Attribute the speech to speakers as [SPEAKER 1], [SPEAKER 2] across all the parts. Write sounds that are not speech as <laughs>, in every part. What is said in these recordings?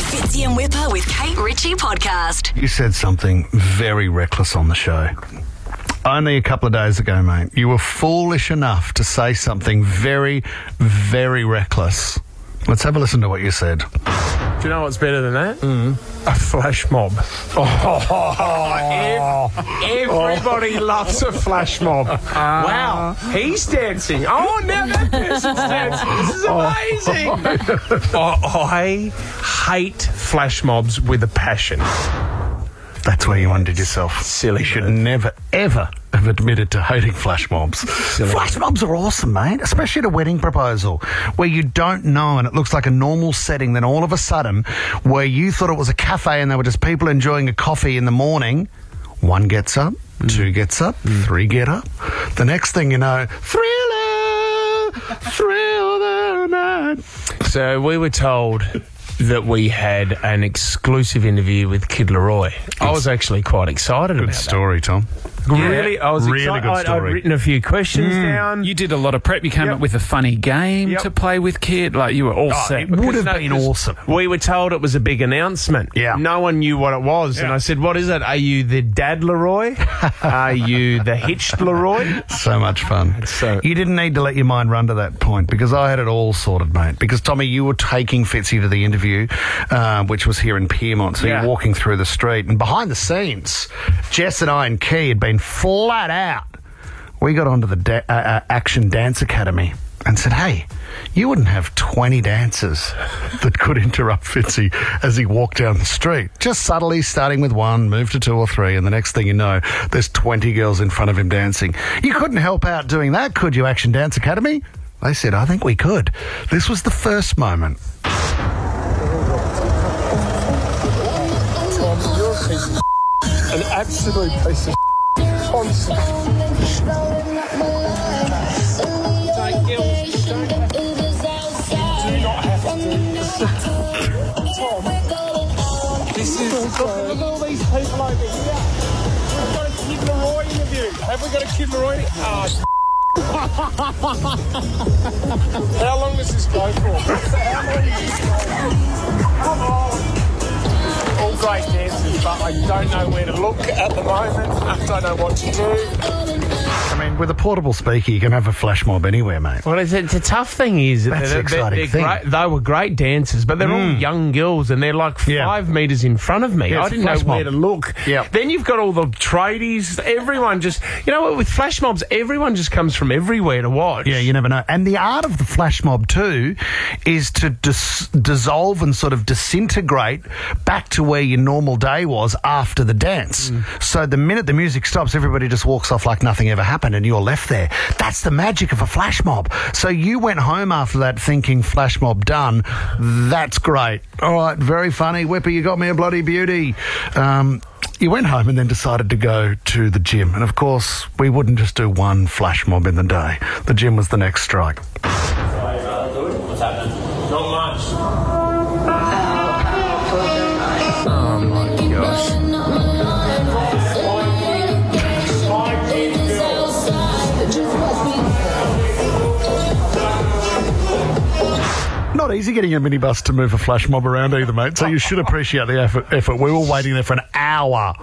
[SPEAKER 1] Fitzy and Whipper with Kate Ritchie podcast.
[SPEAKER 2] You said something very reckless on the show. Only a couple of days ago, mate, you were foolish enough to say something very, very reckless. Let's have a listen to what you said.
[SPEAKER 3] Do you know what's better than that? A flash mob. Oh, ev- everybody loves a flash mob. Ah. wow, he's dancing. Oh, now that <laughs> person's dancing. This is amazing. <laughs> I I hate flash mobs with a passion.
[SPEAKER 2] That's where you undid yourself.
[SPEAKER 3] Silly
[SPEAKER 2] You should
[SPEAKER 3] bird.
[SPEAKER 2] never, ever have admitted to hating flash mobs. Flash mobs are awesome, mate, especially at a wedding proposal where you don't know and it looks like a normal setting. Then all of a sudden, where you thought it was a cafe and there were just people enjoying a coffee in the morning, one gets up,
[SPEAKER 3] Mm.
[SPEAKER 2] two gets up, three get up. The next thing you know, thriller, thriller night.
[SPEAKER 3] So we were told that we had an exclusive interview with Kid Leroy. I was actually quite excited about that.
[SPEAKER 2] Story, Tom.
[SPEAKER 3] Really, Mm. I was
[SPEAKER 2] Really
[SPEAKER 3] excited.
[SPEAKER 2] good
[SPEAKER 3] I'd, I'd
[SPEAKER 2] story.
[SPEAKER 3] written a few questions down.
[SPEAKER 4] You did a lot of prep. You came
[SPEAKER 3] Yep.
[SPEAKER 4] up with a funny game
[SPEAKER 3] Yep.
[SPEAKER 4] to play with Kid. Like you were all
[SPEAKER 3] Oh,
[SPEAKER 4] set.
[SPEAKER 3] it would
[SPEAKER 2] Because
[SPEAKER 3] have
[SPEAKER 2] no,
[SPEAKER 3] been
[SPEAKER 2] because
[SPEAKER 3] awesome. We were told it was a big announcement.
[SPEAKER 2] Yeah.
[SPEAKER 3] No one knew what it was. And I said, What is it? Are you the
[SPEAKER 2] <laughs>
[SPEAKER 3] dad Leroy? Are you the hitched Leroy?
[SPEAKER 2] So much fun.
[SPEAKER 3] So-
[SPEAKER 2] you didn't need to let your mind run to that point because I had it all sorted, mate. Because Tommy, you were taking Fitzy to the interview, uh, which was here in Piermont. So
[SPEAKER 3] Yeah.
[SPEAKER 2] you're walking through the street, and behind the scenes, Jess and I and Key had been flat out. We got onto the da- uh, uh, Action Dance Academy and said, "Hey, you wouldn't have twenty dancers <laughs> that could interrupt Fitzy as he walked down the street. Just subtly starting with one, move to two or three, and the next thing you know, there's 20 girls in front of him dancing. You couldn't help out doing that, could you, Action Dance Academy? They said, I think we could. This was the first moment.
[SPEAKER 5] Tom, you're a piece of an absolute piece of Tom,
[SPEAKER 6] This is
[SPEAKER 5] look at all these people over here. We've got a Kid Leroy interview. Have we got a Kid Leroy? interview? Oh, <laughs> How long does this go for? <laughs> How long does this go for? Come on. All great dances, but I don't know where to look at the moment. I don't know what to do.
[SPEAKER 2] I mean, with a portable speaker, you can have a flash mob anywhere, mate.
[SPEAKER 3] Well, it's, it's a tough thing, is it?
[SPEAKER 2] That's the exciting
[SPEAKER 3] they're
[SPEAKER 2] thing. Mm.
[SPEAKER 3] Great, they were great dancers, but they're all young girls, and they're like
[SPEAKER 2] Yeah.
[SPEAKER 3] five meters in front of me.
[SPEAKER 2] Yeah,
[SPEAKER 3] I
[SPEAKER 2] it's
[SPEAKER 3] didn't
[SPEAKER 2] a
[SPEAKER 3] know
[SPEAKER 2] flash
[SPEAKER 3] where to
[SPEAKER 2] mob.
[SPEAKER 3] look.
[SPEAKER 2] Yeah.
[SPEAKER 3] Then you've got all the tradies. Everyone just, you know what? With flash mobs, everyone just comes from everywhere to watch.
[SPEAKER 2] Yeah, you never know. And the art of the flash mob, too, is to dis- dissolve and sort of disintegrate back to where your normal day was after the dance. So the minute the music stops, everybody just walks off like nothing ever happened and you're left there. That's the magic of a flash mob. So you went home after that thinking flash mob done. That's great. All right, very funny. Whipper, you got me a bloody beauty. Um, you went home and then decided to go to the gym. And of course, we wouldn't just do one flash mob in the day. The gym was the next strike.
[SPEAKER 7] What's happening?
[SPEAKER 5] Oh
[SPEAKER 7] Not much.
[SPEAKER 2] Not easy getting a minibus to move a flash mob around either, mate. So you should appreciate the effort. effort. We were waiting there for an hour.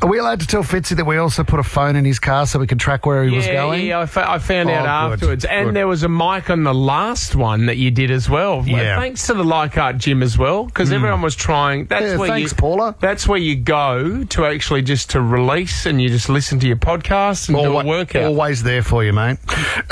[SPEAKER 2] Are we allowed to tell Fitzy that we also put a phone in his car so we could track where he was
[SPEAKER 3] Yeah,
[SPEAKER 2] going?
[SPEAKER 3] Yeah, I, fo- I found
[SPEAKER 2] Oh,
[SPEAKER 3] out
[SPEAKER 2] good,
[SPEAKER 3] afterwards. And
[SPEAKER 2] good.
[SPEAKER 3] there was a mic on the last one that you did as well. Well,
[SPEAKER 2] Yeah.
[SPEAKER 3] Thanks to the Leichhardt gym as well,
[SPEAKER 5] Hmm.
[SPEAKER 3] because everyone was trying. That's
[SPEAKER 2] Yeah,
[SPEAKER 3] where
[SPEAKER 2] thanks,
[SPEAKER 3] you,
[SPEAKER 2] Paula.
[SPEAKER 3] That's where you go to actually just to release and you just listen to your podcast and do a
[SPEAKER 2] Alwa-
[SPEAKER 3] workout.
[SPEAKER 2] Always there for you, mate.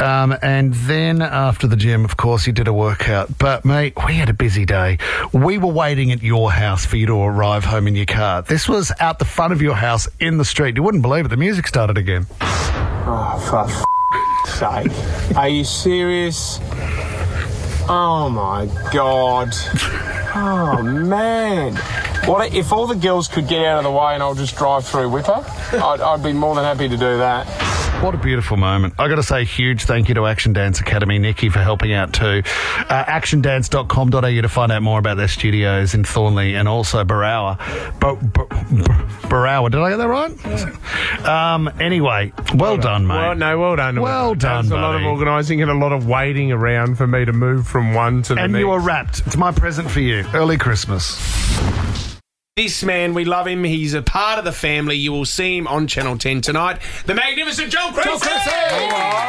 [SPEAKER 2] Um, and then after the gym, of course, you did a workout. But, mate, we had a busy day. We were waiting at your house for you to arrive home in your car. This was out the front of your house in the street. You wouldn't believe it. The music started again.
[SPEAKER 5] Oh, for f- sake. Are you serious? Oh my god. Oh man. What if all the girls could get out of the way and I'll just drive through Whipper? I'd, I'd be more than happy to do that.
[SPEAKER 2] What a beautiful moment. i got to say, huge thank you to Action Dance Academy, Nikki, for helping out too. Uh, actiondance.com.au to find out more about their studios in Thornley and also Barawa. Bar- Bar- Barawa, did I get that right? Um, anyway, well done, mate.
[SPEAKER 3] Well, no, well done.
[SPEAKER 2] Well
[SPEAKER 3] That's
[SPEAKER 2] done,
[SPEAKER 3] a lot of
[SPEAKER 2] buddy.
[SPEAKER 3] organising and a lot of waiting around for me to move from one to the
[SPEAKER 2] and
[SPEAKER 3] next.
[SPEAKER 2] you are wrapped. It's my present for you. Early Christmas.
[SPEAKER 3] This man, we love him. He's a part of the family. You will see him on Channel 10 tonight. The magnificent Joel Creasy!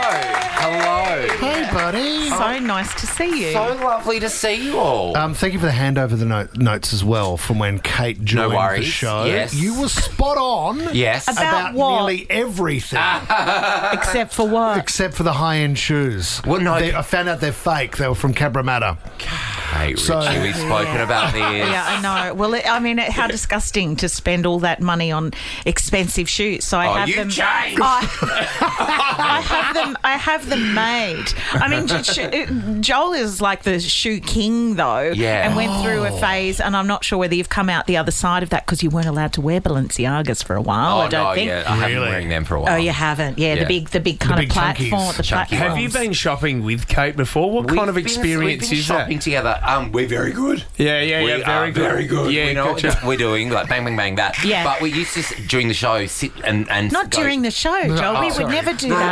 [SPEAKER 6] Hello.
[SPEAKER 2] Hey, buddy.
[SPEAKER 8] So nice to see you.
[SPEAKER 6] So lovely to see you all.
[SPEAKER 2] Um, thank you for the handover of the no- notes as well from when Kate joined the
[SPEAKER 6] worries.
[SPEAKER 2] show.
[SPEAKER 6] Yes.
[SPEAKER 2] You were spot on
[SPEAKER 6] yes.
[SPEAKER 8] about-
[SPEAKER 2] about
[SPEAKER 8] what?
[SPEAKER 2] nearly everything
[SPEAKER 8] Except for what?
[SPEAKER 2] except for the high end shoes.
[SPEAKER 6] Well, no.
[SPEAKER 2] They- I found out they're fake. They were from Cabramatta.
[SPEAKER 6] hey, Richie,
[SPEAKER 2] so-
[SPEAKER 6] we've spoken <laughs> about this.
[SPEAKER 8] Yeah, I know. Well, it, I mean, it, how disgusting to spend all that money on expensive shoes. So I
[SPEAKER 6] Oh,
[SPEAKER 8] have
[SPEAKER 6] you
[SPEAKER 8] them.
[SPEAKER 6] changed.
[SPEAKER 8] I, I have them. I have them made. I mean, j- sh- it- Joel is like the shoe king, though.
[SPEAKER 6] Yeah. Oh.
[SPEAKER 8] And went through a phase, and I'm not sure whether you've come out the other side of that because you weren't allowed to wear Balenciagas for a while.
[SPEAKER 6] Oh,
[SPEAKER 8] I don't
[SPEAKER 6] no,
[SPEAKER 8] think.
[SPEAKER 6] yeah. I haven't been
[SPEAKER 2] Really?
[SPEAKER 6] wearing them for a while.
[SPEAKER 8] Oh, you haven't. Yeah, the
[SPEAKER 6] Yeah.
[SPEAKER 8] big, the big kind
[SPEAKER 2] big
[SPEAKER 8] of platform.
[SPEAKER 2] chunkies.
[SPEAKER 8] The
[SPEAKER 6] Chunky
[SPEAKER 8] platform.
[SPEAKER 3] Have
[SPEAKER 6] ones.
[SPEAKER 3] you been shopping with Kate before? What
[SPEAKER 6] We've
[SPEAKER 3] kind of
[SPEAKER 6] been-
[SPEAKER 3] experience
[SPEAKER 6] we've been
[SPEAKER 3] is
[SPEAKER 6] shopping
[SPEAKER 3] that?
[SPEAKER 6] together. Um, we're very good.
[SPEAKER 3] Yeah, yeah, yeah.
[SPEAKER 6] we
[SPEAKER 3] very
[SPEAKER 6] are
[SPEAKER 3] good.
[SPEAKER 6] very good.
[SPEAKER 3] Yeah,
[SPEAKER 6] we know
[SPEAKER 3] gotcha.
[SPEAKER 6] what we're doing. Like bang, bang, bang, that.
[SPEAKER 8] Yeah.
[SPEAKER 6] But we used to s- during the show sit and and
[SPEAKER 8] Not
[SPEAKER 6] go-
[SPEAKER 8] during the show, Joel. we would never do
[SPEAKER 6] No,
[SPEAKER 8] that.
[SPEAKER 6] <laughs>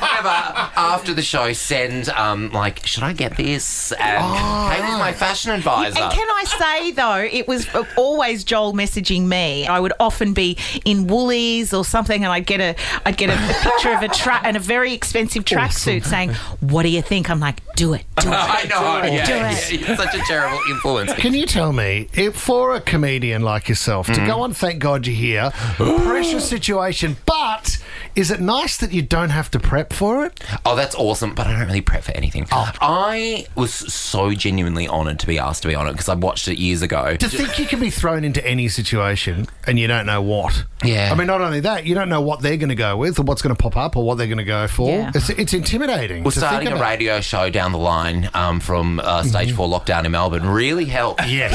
[SPEAKER 6] never, never, never. After the show, send um like, should I get this? And Kate is my fashion advisor.
[SPEAKER 8] And can I say though, it was always Joel messaging me. I would often be in Woolies or something, and I'd get a I'd get a, a picture of a track and a very expensive tracksuit saying, "What do you think?" I'm like, "Do it, do it."
[SPEAKER 6] I know. Yeah,
[SPEAKER 8] Do
[SPEAKER 6] yeah,
[SPEAKER 8] it.
[SPEAKER 6] you're such a terrible influence.
[SPEAKER 2] Can you tell me, if for a comedian like yourself to
[SPEAKER 6] Mm-hmm.
[SPEAKER 2] go on Thank God You're Here,
[SPEAKER 6] <gasps>
[SPEAKER 2] pressure situation, but is it nice that you don't have to prep for it?
[SPEAKER 6] Oh, that's awesome, but I don't really prep for anything. I was so genuinely honoured to be asked to be on it because I watched it years ago.
[SPEAKER 2] To think you can be thrown into any situation and you don't know what.
[SPEAKER 6] Yeah.
[SPEAKER 2] I mean, not only that, you don't know what they're going to go with or what's going to pop up or what they're going to go for.
[SPEAKER 8] Yeah.
[SPEAKER 2] It's, it's intimidating.
[SPEAKER 6] We're
[SPEAKER 2] to think
[SPEAKER 6] starting a
[SPEAKER 2] about.
[SPEAKER 6] radio show down the line um, from uh, stage four lockdown in Melbourne. Really helped.
[SPEAKER 2] Yes.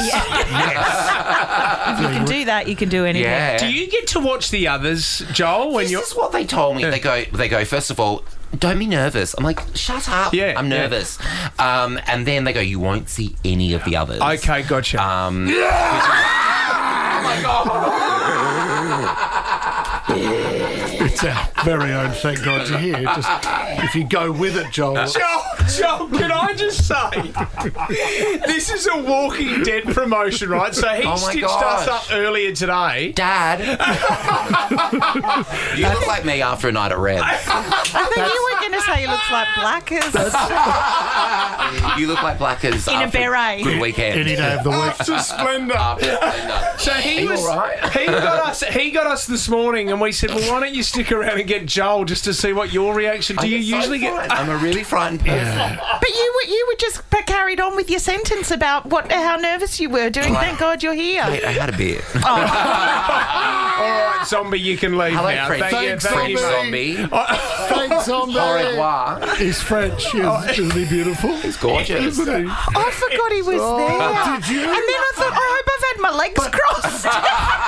[SPEAKER 8] If you can do that, you can do anything.
[SPEAKER 6] Yeah.
[SPEAKER 3] Do you get to watch the others, Joel? When
[SPEAKER 6] this
[SPEAKER 3] you're
[SPEAKER 6] is what they told me. They go, they go. First of all, don't be nervous. I'm like, shut up.
[SPEAKER 3] Yeah,
[SPEAKER 6] I'm
[SPEAKER 3] yeah.
[SPEAKER 6] nervous. Um, and then they go, you won't see any of the others.
[SPEAKER 3] okay, gotcha.
[SPEAKER 6] Um,
[SPEAKER 2] It's our very own Thank God You're Here. Just, if you go with it, Joel.
[SPEAKER 3] Joel, Joel, can I just say, this is a Walking Dead promotion, right? So he
[SPEAKER 6] Oh my
[SPEAKER 3] stitched us
[SPEAKER 6] gosh.
[SPEAKER 3] up earlier today.
[SPEAKER 6] Dad, you look like me after a night at Reds.
[SPEAKER 8] I think you were going to say he looks like Blackers.
[SPEAKER 6] <laughs> You look like Blackers
[SPEAKER 8] In a
[SPEAKER 6] after
[SPEAKER 8] beret.
[SPEAKER 6] Good weekend.
[SPEAKER 2] Any day of the week.
[SPEAKER 3] After Splendor.
[SPEAKER 6] After Splendor.
[SPEAKER 3] <laughs> So he
[SPEAKER 6] Are you
[SPEAKER 3] was
[SPEAKER 6] all right?
[SPEAKER 3] he got us he got us this morning and we said, Well why don't you stick around and get Joel just to see what your reaction do
[SPEAKER 6] I
[SPEAKER 3] you
[SPEAKER 6] get so
[SPEAKER 3] usually get
[SPEAKER 6] frightened.
[SPEAKER 3] <laughs>
[SPEAKER 6] I'm a really frightened person.
[SPEAKER 8] But you were, you were just p- carried on with your sentence about what how nervous you were doing. Thank God you're here.
[SPEAKER 6] Wait, I had
[SPEAKER 3] <laughs>
[SPEAKER 6] a beer. Oh,
[SPEAKER 3] Alright, zombie, you can leave
[SPEAKER 6] Hello,
[SPEAKER 3] now.
[SPEAKER 6] Fred.
[SPEAKER 3] Thank
[SPEAKER 2] Thanks,
[SPEAKER 3] you, thank you,
[SPEAKER 2] zombie.
[SPEAKER 3] mate. <laughs>
[SPEAKER 6] Zombie.
[SPEAKER 2] Thanks, zombie.
[SPEAKER 6] Au revoir.
[SPEAKER 2] He's French. Isn't, isn't he beautiful? He's <laughs>
[SPEAKER 6] Gorgeous.
[SPEAKER 2] Isn't he?
[SPEAKER 8] I forgot he was there.
[SPEAKER 2] Did you?
[SPEAKER 8] And then I thought, I hope I've had my legs crossed.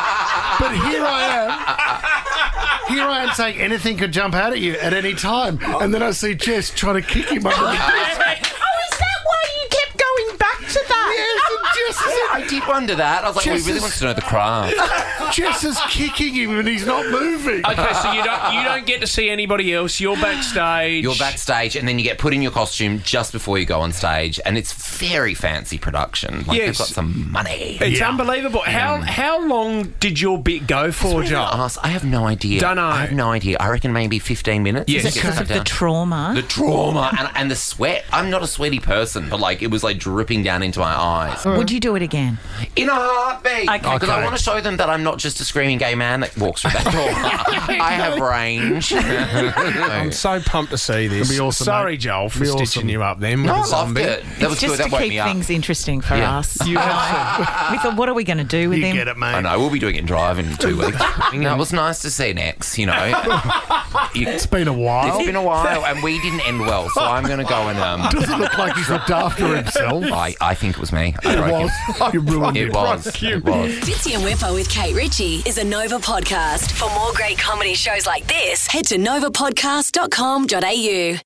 [SPEAKER 8] <laughs>
[SPEAKER 2] But here I am. Here I am saying anything could jump out at you at any time. And then I see Jess trying to kick him under the
[SPEAKER 8] Oh, is that why you kept going back to that?
[SPEAKER 2] Yes,
[SPEAKER 6] I did wonder that. I was like, we really
[SPEAKER 2] Jesus.
[SPEAKER 6] want to know the craft.
[SPEAKER 2] and Jess is, Jess is kicking him and he's not moving.
[SPEAKER 3] Okay, so you don't you don't get to see anybody else. You're backstage.
[SPEAKER 6] You're backstage, and then you get put in your costume just before you go on stage, and it's very fancy production. Like
[SPEAKER 3] Yes.
[SPEAKER 6] they've got some money.
[SPEAKER 3] It's unbelievable. How
[SPEAKER 6] Mm.
[SPEAKER 3] how long did your bit go for,
[SPEAKER 6] Really
[SPEAKER 3] Joel?
[SPEAKER 6] ask- I have no idea.
[SPEAKER 3] Dunno.
[SPEAKER 6] I have no idea. I reckon maybe 15 minutes.
[SPEAKER 3] Yes. Is it
[SPEAKER 6] Get
[SPEAKER 8] Because
[SPEAKER 6] cut
[SPEAKER 8] of the
[SPEAKER 6] down.
[SPEAKER 8] trauma.
[SPEAKER 6] the trauma and, and the sweat. I'm not a sweaty person, but like it was like dripping down into my eyes
[SPEAKER 8] Would you do it again?
[SPEAKER 6] in a heartbeat.
[SPEAKER 8] Okay.
[SPEAKER 6] Because
[SPEAKER 2] Okay.
[SPEAKER 6] I want to show them that I'm not just a screaming gay man that walks through that
[SPEAKER 8] <laughs>
[SPEAKER 6] door. I have range.
[SPEAKER 3] I'm so pumped to see this.
[SPEAKER 2] It'll be awesome,
[SPEAKER 3] Sorry,
[SPEAKER 2] mate.
[SPEAKER 3] Joel, for
[SPEAKER 2] Be awesome.
[SPEAKER 3] stitching you up then.
[SPEAKER 6] No,
[SPEAKER 3] with
[SPEAKER 6] I
[SPEAKER 3] the
[SPEAKER 6] loved
[SPEAKER 3] zombie.
[SPEAKER 6] it. That was
[SPEAKER 8] just
[SPEAKER 6] good. That
[SPEAKER 8] to
[SPEAKER 6] woke
[SPEAKER 8] keep
[SPEAKER 6] me up.
[SPEAKER 8] things interesting for
[SPEAKER 6] Yeah.
[SPEAKER 8] us. You know? we thought, what are we going to do with
[SPEAKER 2] You
[SPEAKER 8] him?
[SPEAKER 2] get it, mate.
[SPEAKER 6] I know we'll be doing it in drive in two
[SPEAKER 8] <laughs>
[SPEAKER 6] weeks. no, it was nice to see an ex. You know,
[SPEAKER 2] It's been a while.
[SPEAKER 6] it's been a while, and we didn't end well. So I'm going to go and um,
[SPEAKER 2] Doesn't look like he's looked after himself.
[SPEAKER 6] I, I think it was me. I
[SPEAKER 2] It
[SPEAKER 6] reckon.
[SPEAKER 2] was. You
[SPEAKER 4] ruined
[SPEAKER 6] It
[SPEAKER 4] it.
[SPEAKER 6] was. It was.
[SPEAKER 1] Fitzy and Whipper with Kate Ritchie is a Nova podcast. For more great comedy shows like this, head to novapodcast.com.au.